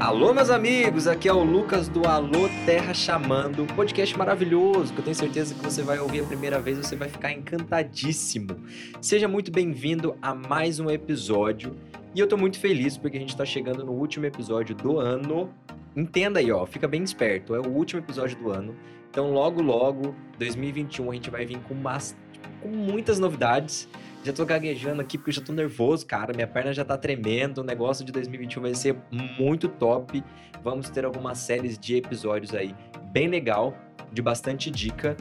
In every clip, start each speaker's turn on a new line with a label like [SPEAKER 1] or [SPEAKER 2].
[SPEAKER 1] Alô, meus amigos, aqui é o Lucas do Alô Terra Chamando, um podcast maravilhoso que eu tenho certeza que você vai ouvir a primeira vez e você vai ficar encantadíssimo. Seja muito bem-vindo a mais um episódio e eu tô muito feliz porque a gente tá chegando no último episódio do ano. Entenda aí, ó, fica bem esperto, é o último episódio do ano. Então, logo, logo, 2021, a gente vai vir com, bast... com muitas novidades. Já tô gaguejando aqui porque eu já tô nervoso, cara. Minha perna já tá tremendo. O negócio de 2021 vai ser muito top. Vamos ter algumas séries de episódios aí bem legal, de bastante dica.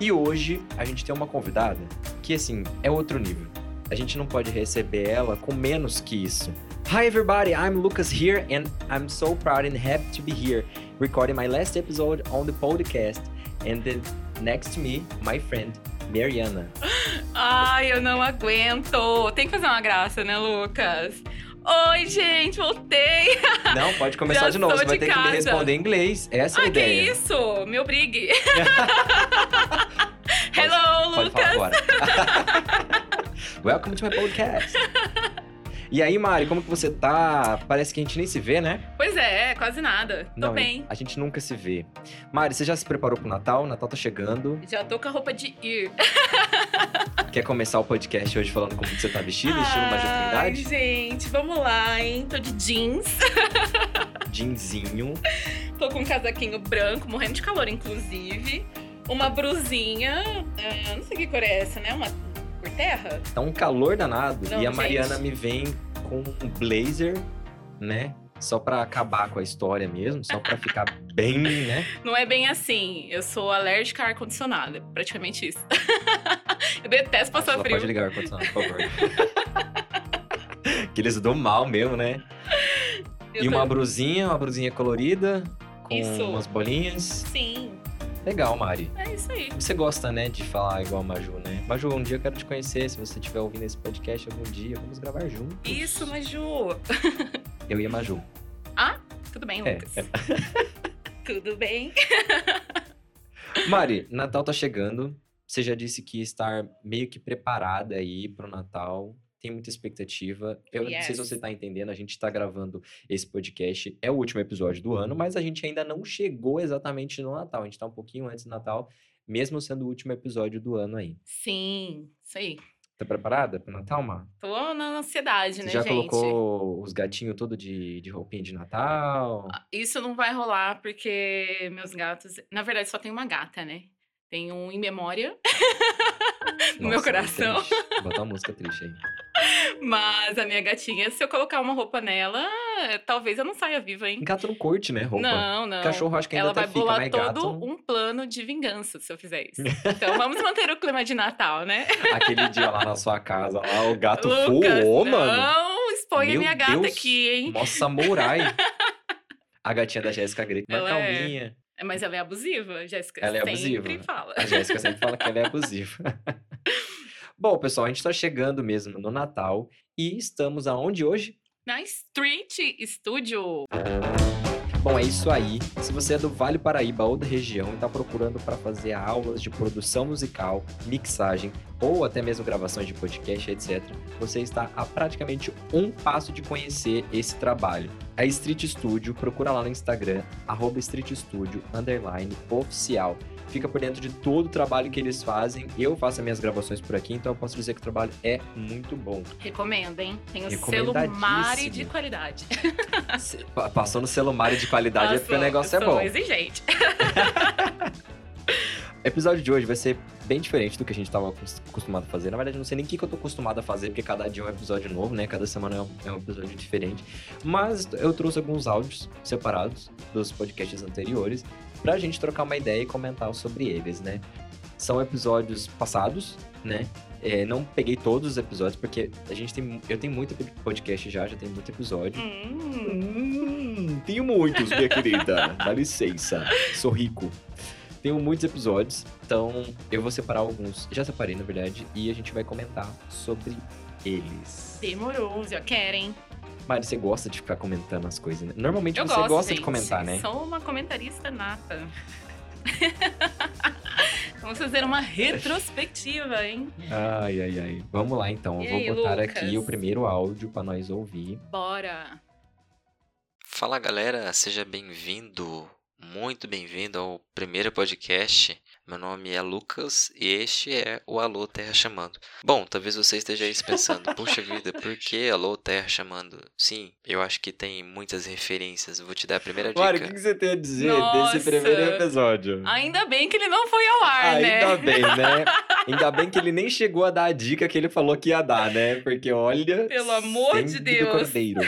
[SPEAKER 1] E hoje a gente tem uma convidada que, assim, é outro nível. A gente não pode receber ela com menos que isso. Hi everybody, I'm Lucas here and I'm so proud and happy to be here recording my last episode on the podcast and then next to me, my friend, Mariana.
[SPEAKER 2] Ai, eu não aguento. Tem que fazer uma graça, né, Lucas? Oi, gente, voltei.
[SPEAKER 1] Não, pode começar
[SPEAKER 2] Já
[SPEAKER 1] de novo.
[SPEAKER 2] sou
[SPEAKER 1] Você vai
[SPEAKER 2] de
[SPEAKER 1] ter que me
[SPEAKER 2] casa.
[SPEAKER 1] responder em inglês. Essa é a
[SPEAKER 2] ah, que
[SPEAKER 1] ideia.
[SPEAKER 2] isso? Me obrigue. Hello,
[SPEAKER 1] Pode
[SPEAKER 2] Lucas.
[SPEAKER 1] falar agora. Welcome to my podcast. E aí, Mari, como que você tá? Parece que a gente nem se vê, né?
[SPEAKER 2] Pois é, quase nada. Tô
[SPEAKER 1] Não,
[SPEAKER 2] bem.
[SPEAKER 1] A gente nunca se vê. Mari, você já se preparou pro Natal? O Natal tá chegando.
[SPEAKER 2] Já tô com a roupa de ir.
[SPEAKER 1] Quer começar o podcast hoje falando como que você tá vestida, estilo Maria
[SPEAKER 2] Ai,
[SPEAKER 1] Trindade?
[SPEAKER 2] gente, vamos lá, hein? Tô de jeans.
[SPEAKER 1] Jeanzinho.
[SPEAKER 2] Tô com um casaquinho branco, morrendo de calor, inclusive. Uma brusinha. ah, não sei que cor é essa, né? Uma cor terra?
[SPEAKER 1] Tá um calor danado.
[SPEAKER 2] Não,
[SPEAKER 1] e a
[SPEAKER 2] gente.
[SPEAKER 1] Mariana me vem com um blazer, né? Só pra acabar com a história mesmo, só pra ficar bem, né?
[SPEAKER 2] Não é bem assim. Eu sou alérgica a ar-condicionado. é Praticamente isso. eu detesto passar
[SPEAKER 1] Ela
[SPEAKER 2] frio.
[SPEAKER 1] pode ligar o ar-condicionado, por favor. que eles dão mal mesmo, né?
[SPEAKER 2] Eu
[SPEAKER 1] e
[SPEAKER 2] tô-
[SPEAKER 1] uma brusinha, uma brusinha colorida, com
[SPEAKER 2] Isso.
[SPEAKER 1] umas bolinhas.
[SPEAKER 2] Sim,
[SPEAKER 1] Legal, Mari.
[SPEAKER 2] é isso aí.
[SPEAKER 1] Você gosta, né, de falar igual a Maju, né? Maju, um dia eu quero te conhecer. Se você estiver ouvindo esse podcast algum dia, vamos gravar juntos.
[SPEAKER 2] Isso, Maju.
[SPEAKER 1] Eu e a Maju.
[SPEAKER 2] Tudo bem,
[SPEAKER 1] É,
[SPEAKER 2] Lucas? Tudo bem?
[SPEAKER 1] Mari, Natal tá chegando. Você já disse que estar meio que preparada aí pro Natal. Tem muita expectativa. Eu não sei se
[SPEAKER 2] Yes.
[SPEAKER 1] você tá entendendo, a gente tá gravando esse podcast, é o último episódio do ano, mas a gente ainda não chegou exatamente no Natal. A gente tá um pouquinho antes do Natal, mesmo sendo o último episódio do ano aí.
[SPEAKER 2] Sim, isso aí.
[SPEAKER 1] Tá preparada pro Natal, Mar?
[SPEAKER 2] Tô na ansiedade,
[SPEAKER 1] Você
[SPEAKER 2] né,
[SPEAKER 1] já
[SPEAKER 2] gente?
[SPEAKER 1] colocou os gatinhos todo de, de roupinha de Natal?
[SPEAKER 2] Isso não vai rolar porque meus gatos. Na verdade, só tem uma gata, né? Tem um em memória, no meu
[SPEAKER 1] Nossa,
[SPEAKER 2] coração.
[SPEAKER 1] triste. Vou Botar uma música triste aí.
[SPEAKER 2] mas a minha gatinha, se eu colocar uma roupa nela, talvez eu não saia viva, hein?
[SPEAKER 1] Gato não curte, né, roupa?
[SPEAKER 2] Não, não.
[SPEAKER 1] Cachorro acho que ainda
[SPEAKER 2] Ela
[SPEAKER 1] até
[SPEAKER 2] vai
[SPEAKER 1] fica,
[SPEAKER 2] bolar
[SPEAKER 1] mas gato...
[SPEAKER 2] todo um plano de vingança se eu fizer isso. Então vamos manter o clima de Natal, né?
[SPEAKER 1] Aquele dia lá na sua casa, lá o gato
[SPEAKER 2] Lucas,
[SPEAKER 1] Ah, voou, mano.
[SPEAKER 2] não expõe
[SPEAKER 1] Meu
[SPEAKER 2] a minha gata
[SPEAKER 1] Deus.
[SPEAKER 2] aqui, hein?
[SPEAKER 1] Nossa, samurai. A gatinha da Jéssica Greco, mas
[SPEAKER 2] Ela é-
[SPEAKER 1] calminha.
[SPEAKER 2] É, Mas ela é abusiva, Jéssica.
[SPEAKER 1] Ela é
[SPEAKER 2] Sempre
[SPEAKER 1] abusiva.
[SPEAKER 2] fala.
[SPEAKER 1] A Jéssica sempre fala que ela é abusiva. Bom, pessoal, a gente tá chegando mesmo no Natal e estamos aonde hoje?
[SPEAKER 2] Na Street Studio.
[SPEAKER 1] Bom, é isso aí. Se você é do Vale Paraíba ou da região e tá procurando para fazer aulas de produção musical, mixagem ou até mesmo gravações de podcast, etc., você está a praticamente um passo de conhecer esse trabalho. A Street Studio, procura lá no Instagram, arroba Street Studio, underline, oficial. Fica por dentro de todo o trabalho que eles fazem. Eu faço as minhas gravações por aqui, então eu posso dizer que o trabalho é muito bom.
[SPEAKER 2] Recomendo, hein? Tem o selo Mari de
[SPEAKER 1] Recomendadíssimo.
[SPEAKER 2] qualidade.
[SPEAKER 1] Se- pa- Passou no selo Mário de qualidade é porque o
[SPEAKER 2] Nossa,
[SPEAKER 1] negócio é
[SPEAKER 2] sou
[SPEAKER 1] bom.
[SPEAKER 2] exigente.
[SPEAKER 1] O episódio de hoje vai ser bem diferente do que a gente tava cos- acostumado a fazer. Na verdade, eu não sei nem o que, que eu tô acostumado a fazer, porque cada dia é um episódio novo, né? Cada semana é um, é um episódio diferente. Mas eu trouxe alguns áudios separados dos podcasts anteriores pra gente trocar uma ideia e comentar sobre eles, né? São episódios passados, né? É, não peguei todos os episódios, porque a gente tem. mu- Eu tenho muito podcast já, já tem muito episódio.
[SPEAKER 2] Hum,
[SPEAKER 1] Hum, tenho muitos, minha querida. Dá licença. Sou rico. Tenho muitos episódios, então eu vou separar alguns. Já separei, na verdade, e a gente vai comentar sobre eles.
[SPEAKER 2] demorou, já querem.
[SPEAKER 1] Mari, você gosta de ficar comentando as coisas, né? Normalmente
[SPEAKER 2] Eu
[SPEAKER 1] você
[SPEAKER 2] gosto,
[SPEAKER 1] gosta
[SPEAKER 2] gente.
[SPEAKER 1] de comentar, né?
[SPEAKER 2] Sou uma comentarista nata. Vamos fazer uma retrospectiva, hein?
[SPEAKER 1] Ai, ai, ai. Vamos lá, então.
[SPEAKER 2] E
[SPEAKER 1] eu vou
[SPEAKER 2] aí,
[SPEAKER 1] botar
[SPEAKER 2] Lucas?
[SPEAKER 1] aqui o primeiro áudio pra nós ouvir.
[SPEAKER 2] Bora.
[SPEAKER 3] Fala galera, seja bem-vindo, muito bem-vindo ao primeiro podcast. Meu nome é Lucas e este é o Alô Terra Chamando. Bom, talvez você esteja aí se pensando, puxa vida, por que Alô Terra Chamando? Sim, eu acho que tem muitas referências. Vou te dar a primeira dica.
[SPEAKER 1] Mário, o que, que você tem a dizer
[SPEAKER 2] Nossa.
[SPEAKER 1] desse primeiro episódio?
[SPEAKER 2] Ainda bem que ele não foi ao ar, né?
[SPEAKER 1] Ainda bem, né? Ainda bem que ele nem chegou a dar a dica que ele falou que ia dar, né? Porque olha.
[SPEAKER 2] Pelo amor de
[SPEAKER 1] sangue do
[SPEAKER 2] Deus.
[SPEAKER 1] cordeiro.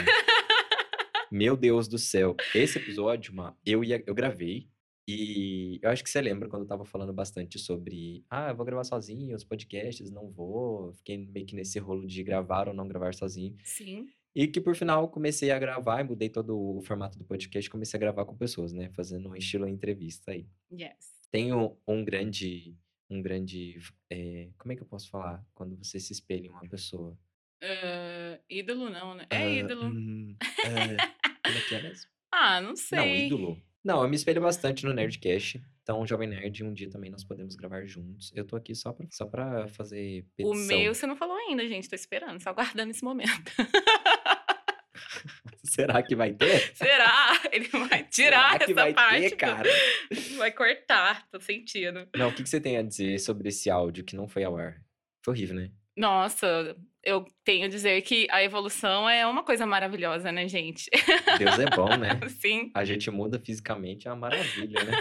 [SPEAKER 1] Meu Deus do céu. Esse episódio, Ma, eu, ia, eu gravei. E eu acho que você lembra quando eu tava falando bastante sobre. Ah, eu vou gravar sozinho, os podcasts, não vou. Fiquei meio que nesse rolo de gravar ou não gravar sozinho.
[SPEAKER 2] Sim.
[SPEAKER 1] E que por final eu comecei a gravar e mudei todo o formato do podcast. Comecei a gravar com pessoas, né? Fazendo um estilo entrevista aí
[SPEAKER 2] Yes.
[SPEAKER 1] tenho um grande um grande eh, como é que eu posso falar quando você se espelha em uma pessoa
[SPEAKER 2] Ah, ídolo não, né? É
[SPEAKER 1] Ah,
[SPEAKER 2] ídolo.
[SPEAKER 1] hum, ah, como é que é mesmo?
[SPEAKER 2] Ah, não
[SPEAKER 1] não
[SPEAKER 2] sei.
[SPEAKER 1] ídolo não eu me espelho bastante no nerdcast então jovem nerd um dia também nós podemos gravar juntos eu tô aqui só pra, só para fazer
[SPEAKER 2] O
[SPEAKER 1] petição
[SPEAKER 2] meu você não falou ainda, gente. Tô esperando, só aguardando esse momento.
[SPEAKER 1] será que vai ter
[SPEAKER 2] Será? Ele vai tirar
[SPEAKER 1] será que
[SPEAKER 2] essa
[SPEAKER 1] vai
[SPEAKER 2] parte.
[SPEAKER 1] ter
[SPEAKER 2] do-
[SPEAKER 1] cara
[SPEAKER 2] Vai cortar, tô sentindo.
[SPEAKER 1] não o que, que você tem a dizer sobre esse áudio que não foi ao ar foi horrível né
[SPEAKER 2] Nossa, eu tenho a dizer que a evolução é uma coisa maravilhosa, né, gente? Assim,
[SPEAKER 1] Deus é bom né
[SPEAKER 2] Sim.
[SPEAKER 1] A gente muda fisicamente, é uma maravilha, né?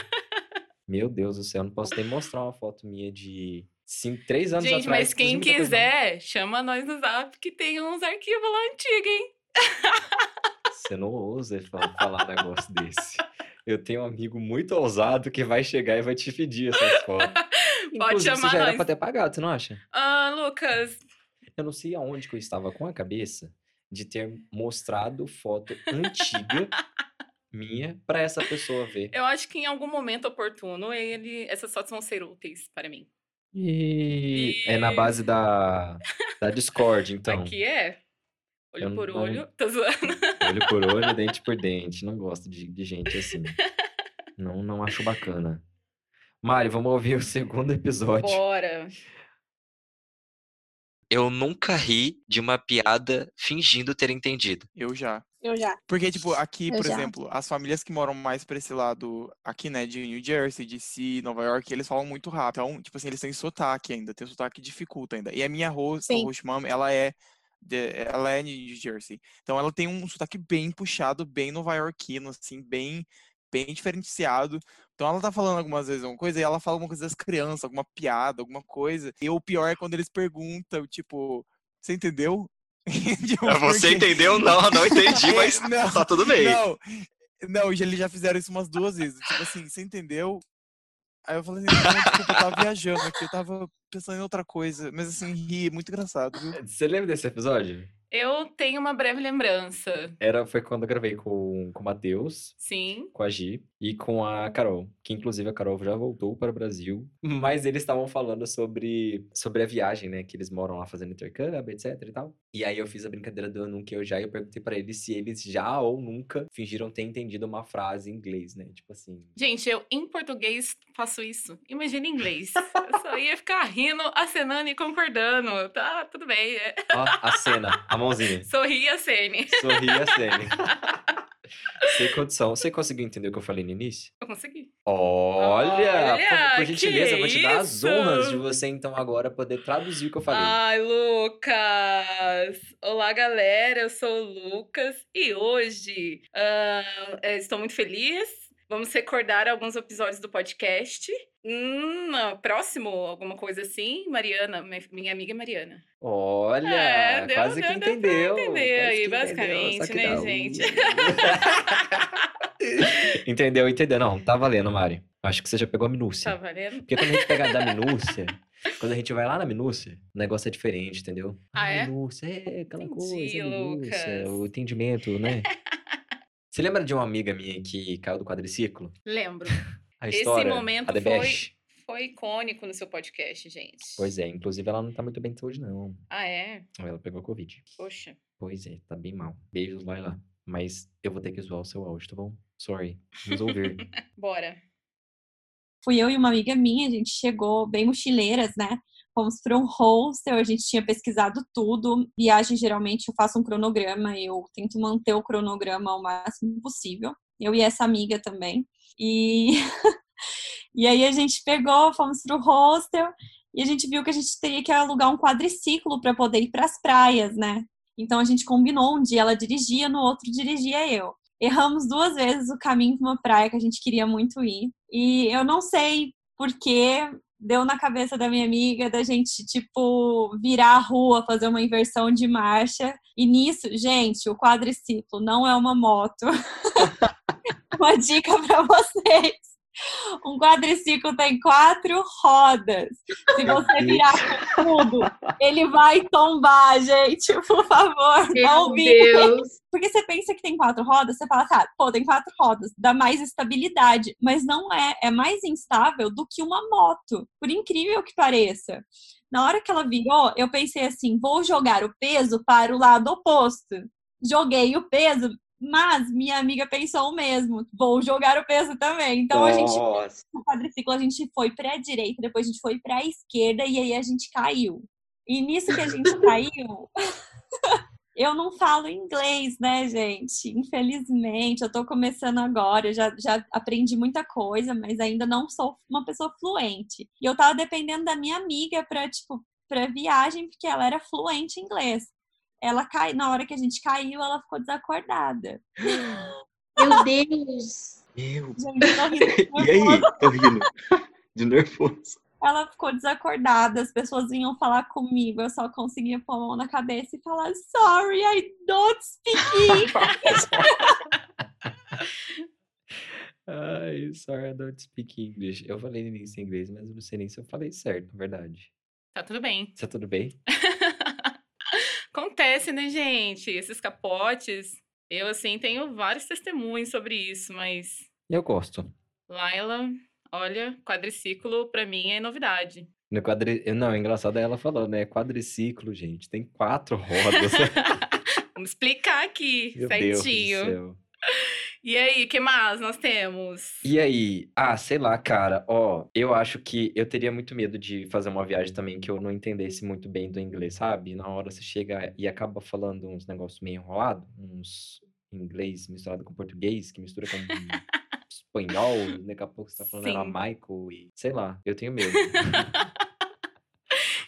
[SPEAKER 1] Meu Deus do céu, eu não posso nem mostrar uma foto minha de cinco, três anos
[SPEAKER 2] Gente,
[SPEAKER 1] atrás.
[SPEAKER 2] mas
[SPEAKER 1] que diz
[SPEAKER 2] quem
[SPEAKER 1] muita coisa, não.
[SPEAKER 2] quiser, chama nós no zap que tem uns arquivos lá antigos, hein?
[SPEAKER 1] Você não ousa fa- falar um negócio desse. Eu tenho um amigo muito ousado que vai chegar e vai te pedir essas fotos. Inclusive,
[SPEAKER 2] chamar
[SPEAKER 1] você já era
[SPEAKER 2] nós.
[SPEAKER 1] pra ter pagado, você não acha?
[SPEAKER 2] Ah, Lucas,
[SPEAKER 1] Eu não sei aonde que eu estava com a cabeça de ter mostrado foto antiga minha pra essa pessoa ver.
[SPEAKER 2] eu acho que em algum momento oportuno ele, essas fotos vão ser úteis para mim.
[SPEAKER 1] E é na base da, da Discord, então.
[SPEAKER 2] Aqui é
[SPEAKER 1] eu
[SPEAKER 2] olho por
[SPEAKER 1] não-
[SPEAKER 2] olho. Tô zoando.
[SPEAKER 1] Olho por olho, dente por dente. Não gosto de, de gente assim. Não, não acho bacana. Mário, vamos ouvir o segundo episódio.
[SPEAKER 2] Bora.
[SPEAKER 3] Eu nunca ri de uma piada fingindo ter entendido.
[SPEAKER 4] Eu já.
[SPEAKER 5] Eu já.
[SPEAKER 4] Porque, tipo, aqui,
[SPEAKER 5] Eu
[SPEAKER 4] por
[SPEAKER 5] já.
[SPEAKER 4] exemplo, as famílias que moram mais pra esse lado, aqui, né, de New Jersey, DC, Nova York, eles falam muito rápido. Então, tipo assim, eles têm sotaque ainda, tem um sotaque que dificulta ainda. E a minha host, a
[SPEAKER 5] Sim.
[SPEAKER 4] host mom, ela é, de- ela é de New Jersey. Então, ela tem um sotaque bem puxado, bem nova-iorquino, assim, bem, bem diferenciado. Então, ela tá falando algumas vezes uma coisa e ela fala alguma coisa das crianças, alguma piada, alguma coisa. E o pior é quando eles perguntam, tipo, você entendeu?
[SPEAKER 1] É,
[SPEAKER 4] Tipo,
[SPEAKER 3] Ah, Você
[SPEAKER 4] porque-
[SPEAKER 3] entendeu? Não, não entendi, mas
[SPEAKER 4] É, Não.
[SPEAKER 3] tá tudo bem.
[SPEAKER 4] Não, não, já- eles já fizeram isso umas duas vezes. Tipo assim, você entendeu? Aí eu falei assim, não, desculpa, eu tava viajando aqui, eu tava pensando em outra coisa. Mas assim, ri, muito engraçado, viu?
[SPEAKER 1] Você lembra desse episódio?
[SPEAKER 2] Eu tenho uma breve lembrança.
[SPEAKER 1] Era, foi quando eu gravei com, com o Matheus,
[SPEAKER 2] Sim.
[SPEAKER 1] com a Gi e com a Carol. Que inclusive a Carol já voltou para o Brasil. Mas eles estavam falando sobre, sobre a viagem, né? Que eles moram lá fazendo intercâmbio, etc e tal. E aí eu fiz a brincadeira do eu nunca eu já e eu perguntei pra eles se eles já ou nunca fingiram ter entendido uma frase em inglês, né? Tipo assim.
[SPEAKER 2] Gente, eu em português faço isso. Imagina em inglês. Eu só ia ficar rindo, acenando e concordando. Tá, tudo bem. é.
[SPEAKER 1] Ó, a cena, a mãozinha.
[SPEAKER 2] Sorri e acene.
[SPEAKER 1] Sorri a cena. Sem condição. Você conseguiu entender o que eu falei no início?
[SPEAKER 2] Eu consegui.
[SPEAKER 1] Olha! por- por,
[SPEAKER 2] Olha, que
[SPEAKER 1] gentileza, eu vou te dar as
[SPEAKER 2] isso!
[SPEAKER 1] honras de você, então, agora poder traduzir o que eu falei.
[SPEAKER 2] Ai, Lucas! Olá, galera! Eu sou o Lucas e hoje ah, eh, estou muito feliz. Vamos recordar alguns episódios do podcast. Hum, ah, próximo, alguma coisa assim. Mariana, mi- minha amiga é Mariana.
[SPEAKER 1] Olha!
[SPEAKER 2] É, deu-
[SPEAKER 1] quase que
[SPEAKER 2] deu- deu pra
[SPEAKER 1] entendeu.
[SPEAKER 2] entender
[SPEAKER 1] quase que
[SPEAKER 2] aí,
[SPEAKER 1] entendeu,
[SPEAKER 2] basicamente,
[SPEAKER 1] só que
[SPEAKER 2] né,
[SPEAKER 1] não.
[SPEAKER 2] gente?
[SPEAKER 1] entendeu, entendeu. Não, tá valendo, Mari. Acho que você já pegou a minúcia.
[SPEAKER 2] Tá valendo?
[SPEAKER 1] Porque quando a gente pega da minúcia, quando a gente vai lá na minúcia, o negócio é diferente, entendeu?
[SPEAKER 2] Ah, é?
[SPEAKER 1] Minúcia, é aquela
[SPEAKER 2] Entendi,
[SPEAKER 1] coisa, minúcia, é o
[SPEAKER 2] Lucas.
[SPEAKER 1] entendimento, né? Você lembra de uma amiga minha que caiu do quadriciclo?
[SPEAKER 2] Lembro.
[SPEAKER 1] A
[SPEAKER 2] Esse
[SPEAKER 1] história,
[SPEAKER 2] momento
[SPEAKER 1] a The
[SPEAKER 2] foi-
[SPEAKER 1] Bash?
[SPEAKER 2] Foi icônico no seu podcast, gente.
[SPEAKER 1] Pois é, inclusive ela não tá muito bem de saúde, não.
[SPEAKER 2] Ah, é?
[SPEAKER 1] Ela pegou Covid.
[SPEAKER 2] Poxa.
[SPEAKER 1] Pois é, tá bem mal. Beijos, vai lá. Mas eu vou ter que zoar o seu áudio, tá bom? Sorry. Vamos ouvir.
[SPEAKER 2] Bora.
[SPEAKER 5] Fui eu e uma amiga minha, a gente chegou bem mochileiras, né? construir um hostel, a gente tinha pesquisado tudo. Viagem, geralmente, eu faço um cronograma, eu tento manter o cronograma ao máximo possível. Eu e essa amiga também. E, e aí a gente pegou, fomos pro hostel e a gente viu que a gente teria que alugar um quadriciclo para poder ir para as praias, né? Então a gente combinou um dia ela dirigia, no outro dirigia eu. Erramos duas vezes o caminho para uma praia que a gente queria muito ir. E eu não sei por que deu na cabeça da minha amiga da gente, tipo, virar a rua, fazer uma inversão de marcha. E nisso, gente, o quadriciclo não é uma moto. uma dica para vocês. Um quadriciclo tem quatro rodas. Se você virar com tudo, ele vai tombar, gente. Por favor, não
[SPEAKER 2] Meu
[SPEAKER 5] brinque.
[SPEAKER 2] Deus.
[SPEAKER 5] Porque você pensa que tem quatro rodas, você fala, tá, pô, tem quatro rodas, dá mais estabilidade. Mas não é, é mais instável do que uma moto, por incrível que pareça. Na hora que ela virou, eu pensei assim: vou jogar o peso para o lado oposto. Joguei o peso, mas minha amiga pensou o mesmo: vou jogar o peso também. Então a gente
[SPEAKER 1] Nossa.
[SPEAKER 5] no quadriciclo a gente foi para a direita, depois a gente foi para a esquerda e aí a gente caiu. E nisso que a gente caiu, eu não falo inglês, né, gente? Infelizmente, eu tô começando agora, eu já, já aprendi muita coisa, mas ainda não sou uma pessoa fluente. E eu tava dependendo da minha amiga para tipo, pra viagem, porque ela era fluente em inglês. Ela cai, na hora que a gente caiu, ela ficou desacordada.
[SPEAKER 6] Meu Deus!
[SPEAKER 1] Meu.
[SPEAKER 5] Gente, eu tô rindo
[SPEAKER 1] E aí? Tô rindo. De nervoso.
[SPEAKER 5] Ela ficou desacordada, as pessoas vinham falar comigo, eu só conseguia pôr a mão na cabeça e falar Sorry, I don't speak English."
[SPEAKER 1] Ai, sorry, I don't speak English. Eu falei no início em inglês, mas eu não sei nem se eu falei certo, na verdade.
[SPEAKER 2] Tá tudo bem.
[SPEAKER 1] Tá tudo bem?
[SPEAKER 2] Acontece, né, gente? Esses capotes. Eu, assim, tenho vários testemunhos sobre isso, mas
[SPEAKER 1] Eu gosto.
[SPEAKER 2] Laila, olha, quadriciclo pra mim é novidade.
[SPEAKER 1] No quadri... Não, é engraçado ela falou, né? Quadriciclo, gente. Tem quatro rodas.
[SPEAKER 2] Vamos explicar aqui
[SPEAKER 1] Meu Deus do
[SPEAKER 2] certinho.
[SPEAKER 1] céu.
[SPEAKER 2] E aí, o que mais nós temos?
[SPEAKER 1] E aí? Ah, sei lá, cara. Ó, eu acho que eu teria muito medo de fazer uma viagem também que eu não entendesse muito bem do inglês, sabe? Na hora você chega e acaba falando uns negócios meio enrolado, uns inglês misturado com português, que mistura com espanhol, e daqui a pouco você tá falando
[SPEAKER 2] Sim.
[SPEAKER 1] era Michael e sei lá, eu tenho medo.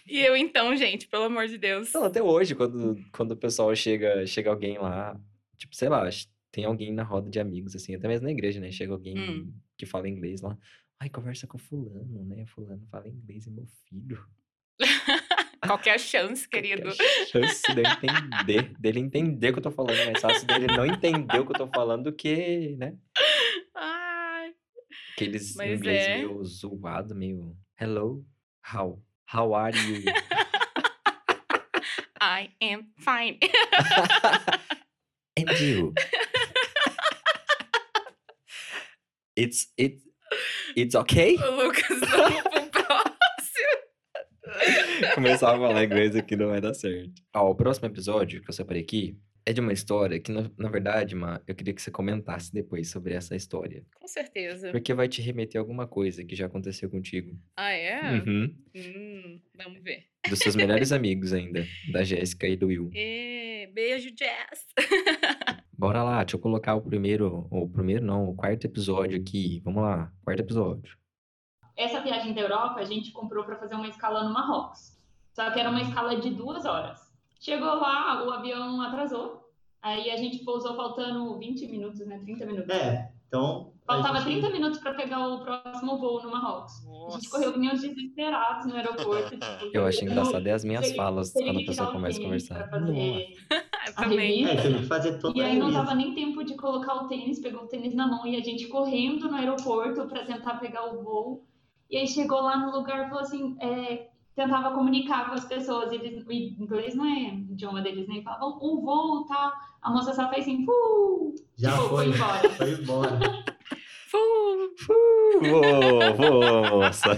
[SPEAKER 2] E eu então, gente, pelo amor de Deus.
[SPEAKER 1] Não, até hoje, quando, quando o pessoal chega, chega alguém lá, tipo, sei lá, ch- tem alguém na roda de amigos, assim, até mesmo na igreja, né? Chega alguém
[SPEAKER 2] Hum.
[SPEAKER 1] que fala inglês lá. Ai, conversa com fulano, né? Fulano fala inglês e meu filho.
[SPEAKER 2] Qualquer chance,
[SPEAKER 1] Qual que é a
[SPEAKER 2] querido.
[SPEAKER 1] chance de eu entender, dele entender o que eu tô falando, é mais fácil dele não entender o que eu tô falando do que, né?
[SPEAKER 2] Ai,
[SPEAKER 1] Aqueles
[SPEAKER 2] Mas
[SPEAKER 1] inglês
[SPEAKER 2] é.
[SPEAKER 1] meio zoado, meio hello, how, how are you?
[SPEAKER 2] I am fine.
[SPEAKER 1] And you. it's it it's okay?
[SPEAKER 2] O Lucas, vamos pro próximo.
[SPEAKER 1] Começar a falar inglês aqui não vai dar certo. Ó, o próximo episódio que eu separei aqui é de uma história que, na, na verdade, Ma, eu queria que você comentasse depois sobre essa história.
[SPEAKER 2] Com certeza.
[SPEAKER 1] Porque vai te remeter a alguma coisa que já aconteceu contigo.
[SPEAKER 2] Ah, é?
[SPEAKER 1] Uhum.
[SPEAKER 2] Hum, vamos ver.
[SPEAKER 1] Dos seus melhores amigos ainda, da Jéssica e do Will.
[SPEAKER 2] Ê, beijo, Jess.
[SPEAKER 1] Bora lá, deixa eu colocar o primeiro, o primeiro não, o quarto episódio aqui. Vamos lá, quarto episódio.
[SPEAKER 6] Essa viagem da Europa a gente comprou para fazer uma escala no Marrocos. Só que era uma escala de duas horas. Chegou lá, o avião atrasou. Aí a gente pousou faltando 20 minutos, né? 30 minutos.
[SPEAKER 7] É, então. a
[SPEAKER 6] Faltava
[SPEAKER 7] gente-
[SPEAKER 6] 30 minutos para pegar o próximo voo no Marrocos. A gente correu que nem os desesperados no aeroporto. tipo,
[SPEAKER 1] Eu acho engraçado é as minhas
[SPEAKER 6] Teria-
[SPEAKER 1] falas
[SPEAKER 6] teria
[SPEAKER 1] quando a
[SPEAKER 6] que tirar
[SPEAKER 1] pessoa
[SPEAKER 6] o
[SPEAKER 1] começa a
[SPEAKER 6] tênis
[SPEAKER 1] conversar.
[SPEAKER 6] pra fazer
[SPEAKER 1] Nossa.
[SPEAKER 6] a
[SPEAKER 2] Ah, Eu também.
[SPEAKER 6] revista.
[SPEAKER 7] É, teve que fazer toda
[SPEAKER 6] E aí não
[SPEAKER 7] a
[SPEAKER 6] dava nem tempo de colocar o tênis, pegou o tênis na mão e a gente correndo no aeroporto para tentar pegar o voo. E aí chegou lá no lugar e falou assim, é, tentava comunicar com as pessoas, eles, o inglês não é o idioma deles, né? E falavam, o voo tá. A moça só fez assim, uh,
[SPEAKER 7] Já
[SPEAKER 6] Tipo,
[SPEAKER 7] foi,
[SPEAKER 6] foi embora.
[SPEAKER 7] foi embora.
[SPEAKER 2] Fu.
[SPEAKER 1] Uou, uou, moça.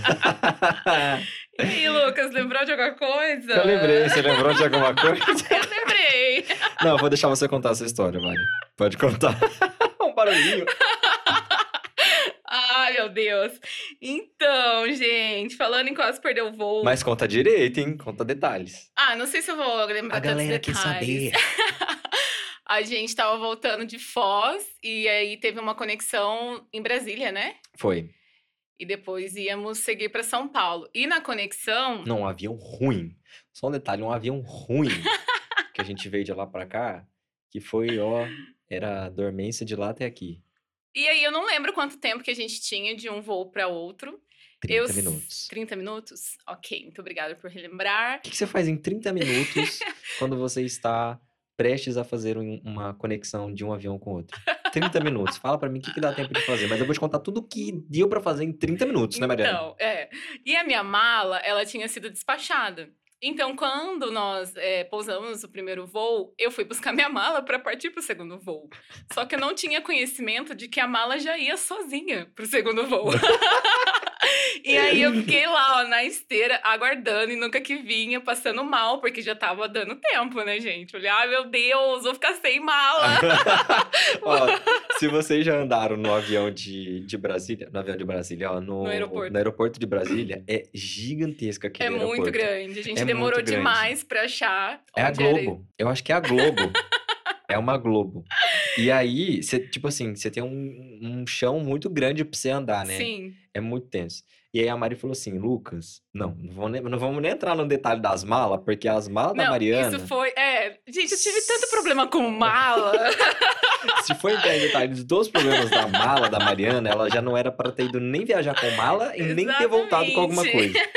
[SPEAKER 2] E aí, Lucas, lembrou de alguma coisa?
[SPEAKER 1] Eu lembrei, você lembrou de alguma coisa?
[SPEAKER 2] Eu lembrei.
[SPEAKER 1] Não, eu vou deixar você contar essa história, Mari. Pode contar. um barulhinho.
[SPEAKER 2] Ai, meu Deus. Então, gente, falando em quase perder o voo.
[SPEAKER 1] Mas conta direito, hein? Conta detalhes.
[SPEAKER 2] Ah, não sei se eu vou lembrar
[SPEAKER 1] A
[SPEAKER 2] tantos
[SPEAKER 1] galera quer saber.
[SPEAKER 2] detalhes. A gente tava voltando de Foz e aí teve uma conexão em Brasília, né?
[SPEAKER 1] Foi.
[SPEAKER 2] E depois íamos seguir para São Paulo. E na conexão,
[SPEAKER 1] Não, um avião ruim. Só um detalhe, um avião ruim que a gente veio de lá pra cá, que foi, ó, era a dormência de lá até aqui.
[SPEAKER 2] e aí eu não lembro quanto tempo que a gente tinha de um voo para outro.
[SPEAKER 1] 30
[SPEAKER 2] Eu-
[SPEAKER 1] minutos.
[SPEAKER 2] 30 minutos? Ok, muito obrigada por relembrar.
[SPEAKER 1] O que, que você faz em 30 minutos quando você está prestes a fazer um- uma conexão de um avião com outro? 30 minutos. Fala pra mim o que, que dá tempo de fazer. Mas eu vou te contar tudo o que deu pra fazer em 30 minutos, né, Mariana?
[SPEAKER 2] Então, é. E a minha mala, ela tinha sido despachada. Então, quando nós é, pousamos o primeiro voo, eu fui buscar minha mala para partir para o segundo voo. Só que eu não tinha conhecimento de que a mala já ia sozinha para o segundo voo. e aí eu fiquei lá, ó, na esteira, aguardando e nunca que vinha, passando mal, porque já tava dando tempo, né, gente? Olhar, ah, meu Deus, vou ficar sem mala.
[SPEAKER 1] Ó, se vocês já andaram no avião de, de Brasília, no avião de Brasília, ó, no,
[SPEAKER 2] No aeroporto.
[SPEAKER 1] no aeroporto de Brasília, é gigantesca aquele
[SPEAKER 2] É
[SPEAKER 1] aeroporto.
[SPEAKER 2] muito grande. A gente
[SPEAKER 1] É muito
[SPEAKER 2] demorou
[SPEAKER 1] grande.
[SPEAKER 2] demais para achar.
[SPEAKER 1] É a
[SPEAKER 2] onde era
[SPEAKER 1] Globo. Eu acho que é a Globo. é uma Globo. E aí, cê, tipo assim, você tem um, um chão muito grande pra você andar, né?
[SPEAKER 2] Sim.
[SPEAKER 1] É muito tenso. E aí a Mari falou assim, Lucas, não, não vamos nem, não vamos nem entrar no detalhe das malas, porque as malas da
[SPEAKER 2] Não,
[SPEAKER 1] Mariana,
[SPEAKER 2] isso foi. É, gente, eu tive tanto problema com mala.
[SPEAKER 1] se for entrar em detalhes dos problemas da mala da Mariana, ela já não era pra ter ido nem viajar com mala e nem ter voltado com alguma
[SPEAKER 2] Exatamente.
[SPEAKER 1] coisa.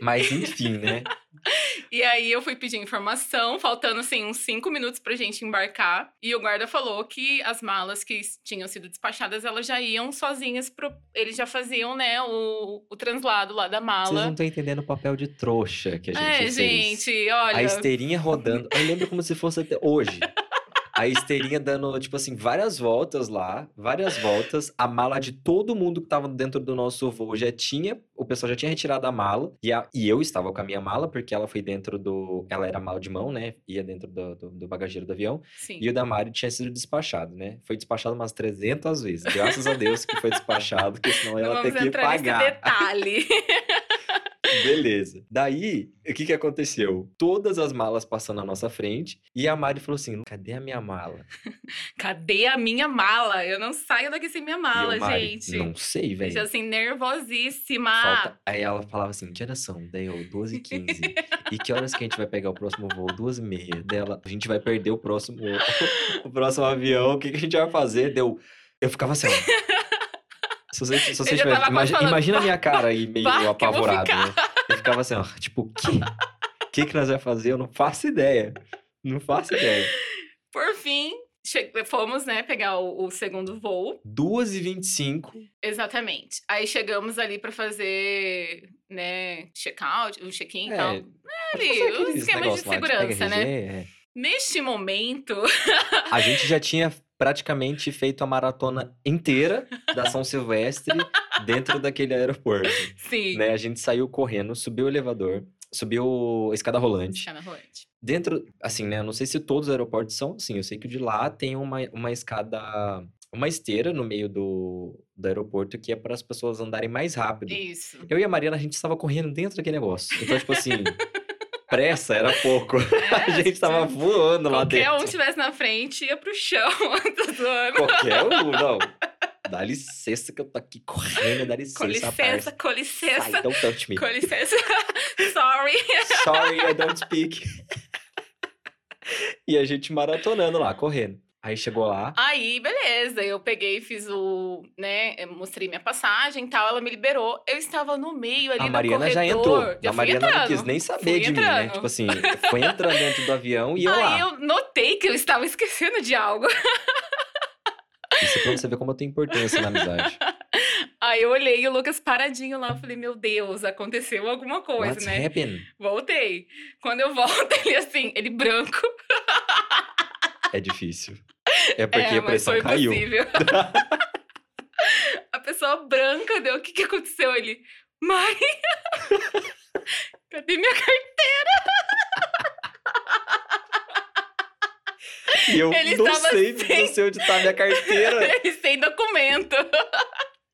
[SPEAKER 1] Mas enfim, né?
[SPEAKER 2] e aí eu fui pedir informação, faltando assim uns cinco minutos pra gente embarcar. E o guarda falou que as malas que s- tinham sido despachadas, elas já iam sozinhas pro. Eles já faziam, né, o, o translado lá da
[SPEAKER 1] Vocês não
[SPEAKER 2] mala.
[SPEAKER 1] estão entendendo o papel de trouxa que a gente
[SPEAKER 2] é,
[SPEAKER 1] fez.
[SPEAKER 2] gente,
[SPEAKER 1] A
[SPEAKER 2] olha.
[SPEAKER 1] esteirinha rodando. Eu lembro como se fosse até hoje. A esteirinha dando, tipo assim, várias voltas lá, várias voltas. A mala de todo mundo que tava dentro do nosso voo já tinha, o pessoal já tinha retirado a mala. E, a- e eu estava com a minha mala, porque ela foi dentro do. Ela era mala de mão, né? Ia dentro do, do- do bagageiro do avião.
[SPEAKER 2] Sim.
[SPEAKER 1] E o da Mari tinha sido despachado, né? Foi despachado umas 300 vezes. Graças a Deus que foi despachado, porque senão
[SPEAKER 2] Não
[SPEAKER 1] ela ter
[SPEAKER 2] vamos
[SPEAKER 1] que
[SPEAKER 2] entrar nesse
[SPEAKER 1] pagar.
[SPEAKER 2] detalhe.
[SPEAKER 1] Beleza. Daí, o que que aconteceu? Todas as malas passando na nossa frente e a Mari falou assim: cadê a minha mala?
[SPEAKER 2] Cadê a minha mala? Eu não saio daqui sem minha
[SPEAKER 1] E eu,
[SPEAKER 2] mala,
[SPEAKER 1] Mari,
[SPEAKER 2] gente.
[SPEAKER 1] Não sei,
[SPEAKER 2] Já
[SPEAKER 1] velho.
[SPEAKER 2] assim, nervosíssima.
[SPEAKER 1] Falta... Aí ela falava assim, que horas são? Daí eu, 12 e 15. e que horas que a gente vai pegar o próximo voo? 2 e meia. Dela, a gente vai perder o próximo, o próximo avião. O que, que a gente vai fazer? Deu. Eu ficava assim. ó. Se você, se você
[SPEAKER 2] Eu já
[SPEAKER 1] tiver-
[SPEAKER 2] tava quase
[SPEAKER 1] imagi-
[SPEAKER 2] falando,
[SPEAKER 1] imagina a
[SPEAKER 2] "Pá,
[SPEAKER 1] minha cara aí meio
[SPEAKER 2] pá, que eu vou
[SPEAKER 1] apavorado.
[SPEAKER 2] ficar."
[SPEAKER 1] né? Eu ficava assim, ó, tipo, o que? que que nós vai fazer? Eu não faço ideia. Não faço ideia.
[SPEAKER 2] Por fim, che- fomos, né, pegar o, o segundo voo.
[SPEAKER 1] 2h25.
[SPEAKER 2] Exatamente. Aí chegamos ali pra fazer, né, check-out, o check-in e
[SPEAKER 1] É,
[SPEAKER 2] tal.
[SPEAKER 1] Pode
[SPEAKER 2] Ali,
[SPEAKER 1] fazer
[SPEAKER 2] os
[SPEAKER 1] aqueles
[SPEAKER 2] esquemas de
[SPEAKER 1] negócios lá
[SPEAKER 2] segurança, né?
[SPEAKER 1] PRG, é.
[SPEAKER 2] Neste momento,
[SPEAKER 1] A gente já tinha praticamente feito a maratona inteira da São Silvestre dentro daquele aeroporto.
[SPEAKER 2] sim.
[SPEAKER 1] Né? A gente saiu correndo, subiu o elevador, subiu a escada rolante.
[SPEAKER 2] Tá na rolante.
[SPEAKER 1] Dentro, assim, né? Eu não sei se todos os aeroportos são assim. Eu sei que o de lá tem uma, uma escada, uma esteira no meio do, do aeroporto que é para as pessoas andarem mais rápido.
[SPEAKER 2] Isso.
[SPEAKER 1] Eu e a Mariana, a gente estava correndo dentro daquele negócio. Então, tipo assim, pressa era pouco. a gente estava voando lá
[SPEAKER 2] É, assim, Qualquer
[SPEAKER 1] dentro.
[SPEAKER 2] um que estivesse na frente ia pro chão. Tô zoando.
[SPEAKER 1] Qualquer um, não. Dá licença que eu tô aqui correndo, dá licença,
[SPEAKER 2] Com licença,
[SPEAKER 1] parça.
[SPEAKER 2] com licença,
[SPEAKER 1] Ai, don't touch me.
[SPEAKER 2] com licença. Sorry.
[SPEAKER 1] Sorry, I don't speak. e a gente maratonando lá, correndo. Aí chegou lá,
[SPEAKER 2] Aí, beleza, eu peguei e fiz o, né, eu mostrei minha passagem e tal, ela me liberou. Eu estava no meio ali
[SPEAKER 1] a
[SPEAKER 2] no
[SPEAKER 1] Mariana já entrou.
[SPEAKER 2] corredor. Já
[SPEAKER 1] a
[SPEAKER 2] fui
[SPEAKER 1] Mariana não
[SPEAKER 2] entrando.
[SPEAKER 1] quis nem saber
[SPEAKER 2] Fui
[SPEAKER 1] de mim, né?
[SPEAKER 2] entrando.
[SPEAKER 1] Tipo assim, foi entrando dentro do avião e eu lá.
[SPEAKER 2] Aí eu notei que eu estava esquecendo de algo.
[SPEAKER 1] Isso é pra você ver como eu tenho importância na amizade.
[SPEAKER 2] Aí eu olhei e o Lucas paradinho lá, eu falei, meu Deus, aconteceu alguma coisa,
[SPEAKER 1] What's
[SPEAKER 2] né?
[SPEAKER 1] happening?
[SPEAKER 2] Voltei. Quando eu volto, ele assim, ele branco.
[SPEAKER 1] É difícil. É porque
[SPEAKER 2] é,
[SPEAKER 1] a
[SPEAKER 2] mas
[SPEAKER 1] pressão
[SPEAKER 2] foi
[SPEAKER 1] caiu.
[SPEAKER 2] possível. a pessoa branca deu, o que que aconteceu? Ele, mãe, cadê minha carteira?
[SPEAKER 1] E eu
[SPEAKER 2] Ele
[SPEAKER 1] não
[SPEAKER 2] estava
[SPEAKER 1] sei,
[SPEAKER 2] sem-
[SPEAKER 1] não sei onde tá minha carteira.
[SPEAKER 2] Sem documento.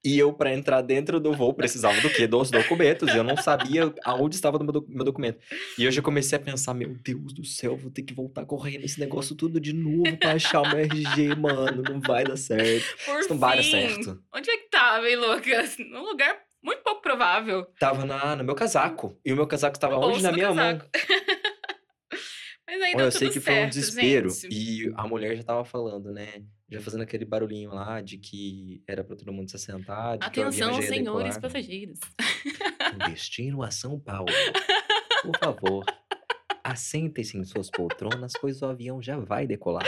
[SPEAKER 1] E eu, para entrar dentro do voo, precisava do quê? Dos documentos. E eu não sabia aonde estava o meu doc- meu documento. E eu já comecei a pensar, meu Deus do céu, vou ter que voltar correndo esse negócio tudo de novo pra achar o meu RG, mano. Não vai dar certo.
[SPEAKER 2] Por
[SPEAKER 1] Isso não vai dar
[SPEAKER 2] fim,
[SPEAKER 1] certo.
[SPEAKER 2] Onde é que tava, hein, Lucas? Num lugar muito pouco provável.
[SPEAKER 1] Tava na, no meu casaco. E o meu casaco estava
[SPEAKER 2] No
[SPEAKER 1] onde?
[SPEAKER 2] bolso
[SPEAKER 1] Na
[SPEAKER 2] do
[SPEAKER 1] minha mão.
[SPEAKER 2] casaco. Mas aí
[SPEAKER 1] Ó,
[SPEAKER 2] deu
[SPEAKER 1] eu
[SPEAKER 2] tudo
[SPEAKER 1] sei que
[SPEAKER 2] certo,
[SPEAKER 1] foi um desespero.
[SPEAKER 2] gente.
[SPEAKER 1] E a mulher já tava falando, né? Já fazendo aquele barulhinho lá de que era pra todo mundo se assentar. De que alguém
[SPEAKER 2] Atenção,
[SPEAKER 1] já ia
[SPEAKER 2] senhores
[SPEAKER 1] decolar.
[SPEAKER 2] passageiros.
[SPEAKER 1] Destino a São Paulo. Por favor, assentem-se em suas poltronas, pois o avião já vai decolar.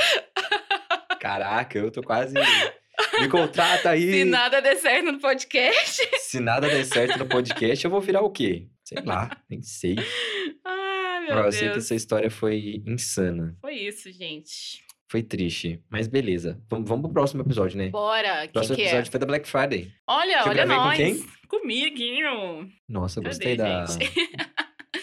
[SPEAKER 1] Caraca, eu tô quase. Me contrata aí.
[SPEAKER 2] Se nada der certo no podcast.
[SPEAKER 1] Se nada der certo no podcast, eu vou virar o quê? Sei lá, nem sei.
[SPEAKER 2] Ai, Ah, meu
[SPEAKER 1] Eu
[SPEAKER 2] Deus.
[SPEAKER 1] sei que essa história foi insana.
[SPEAKER 2] Foi isso, gente.
[SPEAKER 1] Foi triste. Mas beleza. Vamos, vamos pro próximo episódio, né?
[SPEAKER 2] Bora, o que,
[SPEAKER 1] próximo
[SPEAKER 2] que é?
[SPEAKER 1] episódio foi da Black Friday.
[SPEAKER 2] Olha,
[SPEAKER 1] que eu
[SPEAKER 2] olha
[SPEAKER 1] gravei com
[SPEAKER 2] nós.
[SPEAKER 1] quem?
[SPEAKER 2] Comiguinho.
[SPEAKER 1] Nossa, eu
[SPEAKER 2] Cadê,
[SPEAKER 1] gostei da,